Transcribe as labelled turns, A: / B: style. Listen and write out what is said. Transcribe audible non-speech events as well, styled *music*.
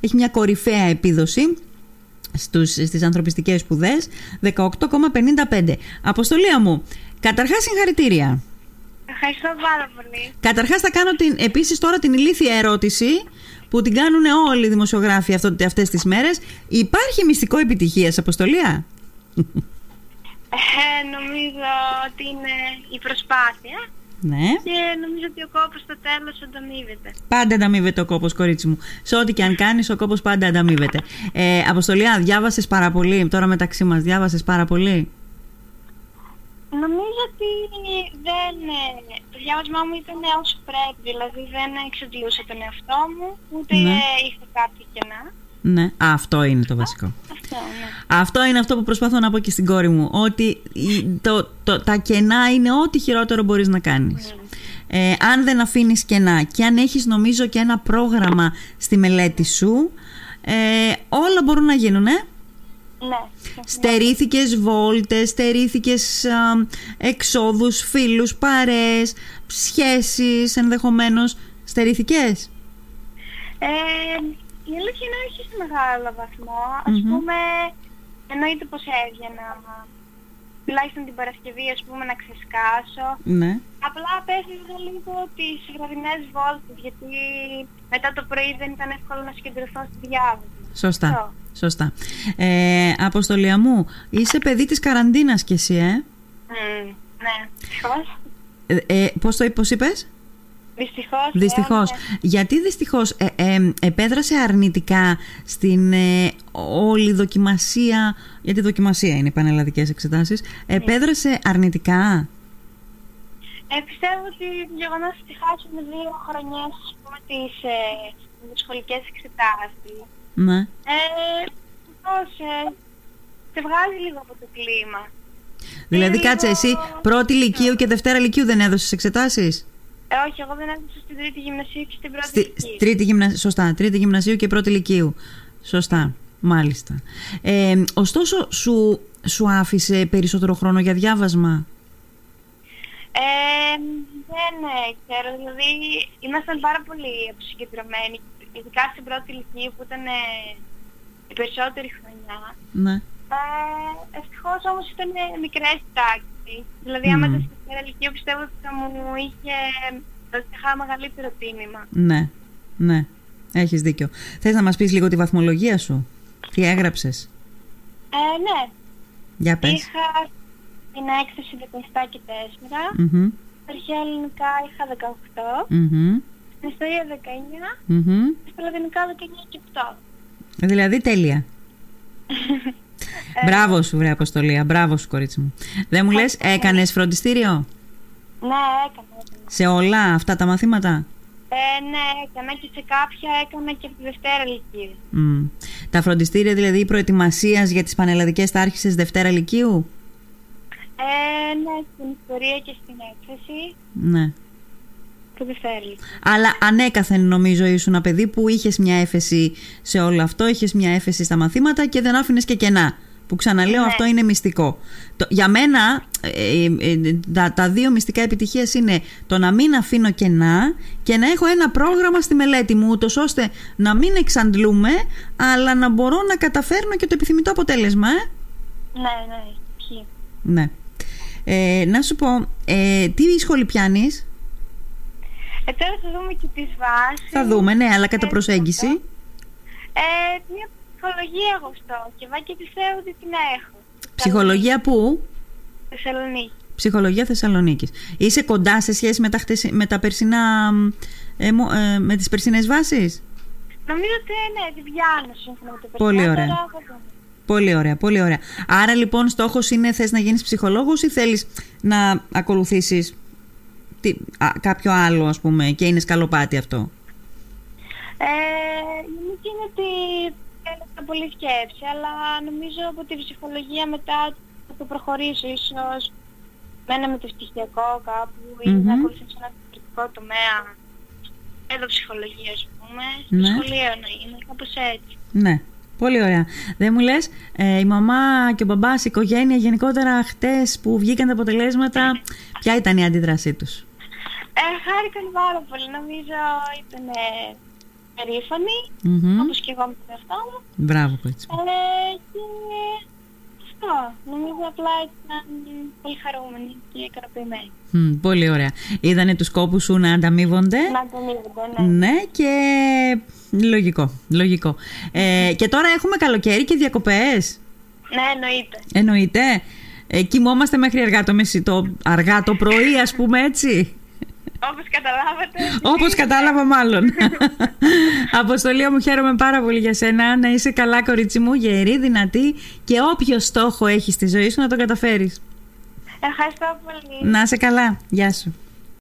A: Έχει μια κορυφαία επίδοση στους, στις ανθρωπιστικές σπουδές 18,55 Αποστολία μου, καταρχάς συγχαρητήρια
B: Ευχαριστώ πάρα πολύ.
A: Καταρχάς θα κάνω την, επίσης τώρα την ηλίθια ερώτηση που την κάνουν όλοι οι δημοσιογράφοι αυτό, αυτές τις μέρες Υπάρχει μυστικό επιτυχίας, Αποστολία
B: Ε, νομίζω ότι είναι η προσπάθεια
A: Ναι
B: και νομίζω ότι ο κόπος στο τέλος ανταμείβεται.
A: Πάντα ανταμείβεται ο κόπος, κορίτσι μου. Σε ό,τι και αν κάνεις, ο κόπος πάντα ανταμείβεται. Ε, Αποστολία, διάβασες πάρα πολύ. Τώρα μεταξύ μας, διάβασες πάρα πολύ.
B: Νομίζω ότι δεν, ε, το διάβασμά μου ήταν όσο πρέπει, δηλαδή δεν εξαντλούσα τον εαυτό μου, ούτε
A: Ναι.
B: ε, είχα κάτι κενά.
A: Ναι, Α, αυτό είναι το βασικό.
B: Αυτό, ναι.
A: Αυτό είναι αυτό που προσπαθώ να πω και στην κόρη μου. Ότι η- το, το, τα κενά είναι ό,τι χειρότερο μπορείς να κάνεις. Ε, αν δεν αφήνεις κενά και αν έχεις, νομίζω, και ένα πρόγραμμα στη μελέτη σου, ε, όλα μπορούν να γίνουν, ε.
B: Ναι.
A: Στερήθηκες βόλτες, στερήθηκες α, εξόδους, φίλους, παρέες, σχέσεις ενδεχομένως. Στερήθηκες.
B: Ε, η αλήθεια είναι όχι σε μεγάλο βαθμό. Ας
A: Μμμ.
B: πούμε, εννοείται πως έβγαινα τουλάχιστον την Παρασκευή ας πούμε να ξεσκάσω.
A: Ναι.
B: Απλά απέφευγα λίγο τις βραδινές βόλτες γιατί μετά το πρωί δεν ήταν εύκολο να συγκεντρωθώ στη διάβαση.
A: Σωστά.
B: Αυτό.
A: Σωστά. Ε, Αποστολία μου, είσαι παιδί της καραντίνας κι εσύ, ε.
B: Μμμ, ναι. Δυστυχώς.
A: ε, ε πώς το πώς είπες?
B: Δυστυχώς. ε,
A: Δυστυχώς.
B: ναι.
A: Γιατί δυστυχώς ε, ε, επέδρασε αρνητικά στην ε, όλη δοκιμασία, γιατί δοκιμασία είναι οι πανελλαδικές εξετάσεις, επέδρασε αρνητικά.
B: Ε, πιστεύω ότι το γεγονός ότι χάσαμε δύο χρονιές ας πούμε, τις, ε, τις σχολικές εξετάσεις.
A: Ναι.
B: Ε, πώς, ε, σε βγάζει λίγο από το κλίμα.
A: Δηλαδή,
B: Ε, λίγο-
A: κάτσε εσύ, πρώτη Λυκείου και Δευτέρα Λυκείου δεν έδωσες εξετάσεις.
B: Ε, όχι, εγώ δεν έδωσα στην τρίτη γυμνασίου και στην πρώτη ηλικία.
A: Τρίτη γυμνα... Σωστά, τρίτη γυμνασίου και πρώτη Λυκείου. Σωστά, μάλιστα. Ε, ωστόσο, σου, σου άφησε περισσότερο χρόνο για διάβασμα.
B: Ε, δεν ε, ξέρω, δηλαδή ήμασταν πάρα πολύ αποσυγκεντρωμένοι, ειδικά στην πρώτη ηλικία που ήταν ε, η περισσότερη χρονιά.
A: Ναι.
B: Ε, ευτυχώς όμως ήταν ε, μικρές οι τάξεις, δηλαδή άμα
A: Μμμ.
B: ήταν στην δεύτερη ηλικία πιστεύω ότι θα μου είχε δώσει χά μεγαλύτερο τίμημα.
A: Ναι, ναι. Έχεις δίκιο. Θες να μας πεις λίγο τη βαθμολογία σου. Τι έγραψες.
B: Ε, ναι,
A: Για πες.
B: είχα την έκθεση 17 και 4,
A: Μμμ,
B: στα αρχαία ελληνικά είχα 18,
A: μμμ,
B: στην ιστορία 19,
A: μμμ.
B: στα λατινικά 19 και 8.
A: Δηλαδή τέλεια. Μπράβο σου, βρε Αποστολία. Μπράβο σου, κορίτσι μου. Δεν μου λες, έκανε φροντιστήριο
B: Ναι, έκανα, έκανα.
A: σε όλα αυτά τα μαθήματα.
B: Ε, ναι, έκανα και σε κάποια έκανα και από τη Δευτέρα ηλικία.
A: Μμ. Τα φροντιστήρια δηλαδή προετοιμασίας για τις πανελλαδικές τα άρχισες Δευτέρα Λυκείου.
B: Ε, ναι, στην ιστορία και στην έκθεση
A: Ναι.
B: του Δευτέρα ηλικία.
A: Αλλά ανέκαθεν νομίζω ήσουν ένα παιδί που είχες μια έφεση σε όλο αυτό, είχες μια έφεση στα μαθήματα και δεν άφηνες και κενά. Που ξαναλέω,
B: Ναι.
A: αυτό είναι μυστικό. Το, για μένα, ε, ε, ε, τα, τα δύο μυστικά επιτυχία είναι το να μην αφήνω κενά και να έχω ένα πρόγραμμα στη μελέτη μου, ούτως ώστε να μην εξαντλούμε, αλλά να μπορώ να καταφέρνω και το επιθυμητό αποτέλεσμα. Ε.
B: Ναι, ναι, ισχύει.
A: Ναι. Ε, να σου πω, ε, τι σχολή πιάνεις,
B: Ε, τώρα θα δούμε και τις βάσεις.
A: θα δούμε, ναι, αλλά κατά προσέγγιση.
B: Ε, μια ψυχολογία έχω στο και βά και πιστεύω ότι την έχω.
A: Ψυχολογία πού?
B: Θεσσαλονίκη.
A: Ψυχολογία Θεσσαλονίκης. Είσαι κοντά σε σχέση με τα, χτεσι- με τα περσινά, μ, ε, μο- ε, με τις περσινές βάσεις.
B: Νομίζω ότι ε, ναι, την πιάνω σύμφωνα με το
A: Πολύ
B: περσινό,
A: ωραία.
B: τώρα θα δούμε.
A: Πολύ ωραία, πολύ ωραία. Άρα λοιπόν στόχος είναι θες να γίνεις ψυχολόγος ή θέλεις να ακολουθήσεις τι, α, κάποιο άλλο ας πούμε και είναι σκαλοπάτι αυτό.
B: Ε, νομίζω είναι ότι έλεξα πολύ σκέψη, αλλά νομίζω από την ψυχολογία μετά θα το προχωρήσω ίσως με ένα μεταπτυχιακό κάπου ή να
A: Μμμ.
B: ακολουθήσω ένα διαφορετικό τομέα. Εδώ ψυχολογία, ας πούμε, στο
A: Ναι.
B: σχολείο να είναι, κάπως έτσι.
A: Ναι, πολύ ωραία. Δεν μου λες, ε, η μαμά και ο μπαμπάς, η οικογένεια γενικότερα χτες που βγήκαν τα αποτελέσματα, ποια ήταν η αντίδρασή τους.
B: λοιπόν Ε, χάρηκαν πάρα πολύ, νομίζω ήταν ε, περήφανη,
A: Μμμ.
B: όπως και εγώ με την εαυτό μου.
A: Μπράβο, κορίτσι. μου.
B: Ε, και αυτό. Νομίζω απλά ήταν πολύ χαρούμενη και ικανοποιημένη.
A: Μμ, πολύ ωραία. Είδανε τους κόπους σου να ανταμείβονται.
B: Να τον είδατε, ναι.
A: Ναι, και λογικό, λογικό. Ε, και τώρα έχουμε καλοκαίρι και διακοπές.
B: Ναι, εννοείται.
A: Εννοείται. Ε, κοιμόμαστε μέχρι αργά το, μεση, το αργά το πρωί, ας πούμε έτσι.
B: Όπως καταλάβατε. ναι.
A: Όπως κατάλαβα μάλλον.
B: *laughs*
A: Αποστολία μου χαίρομαι πάρα πολύ για σένα. Να είσαι καλά κορίτσι μου, γερή, δυνατή και όποιο στόχο έχεις στη ζωή σου να τον καταφέρεις.
B: Ευχαριστώ πολύ.
A: Ναι. Να είσαι καλά. Γεια σου.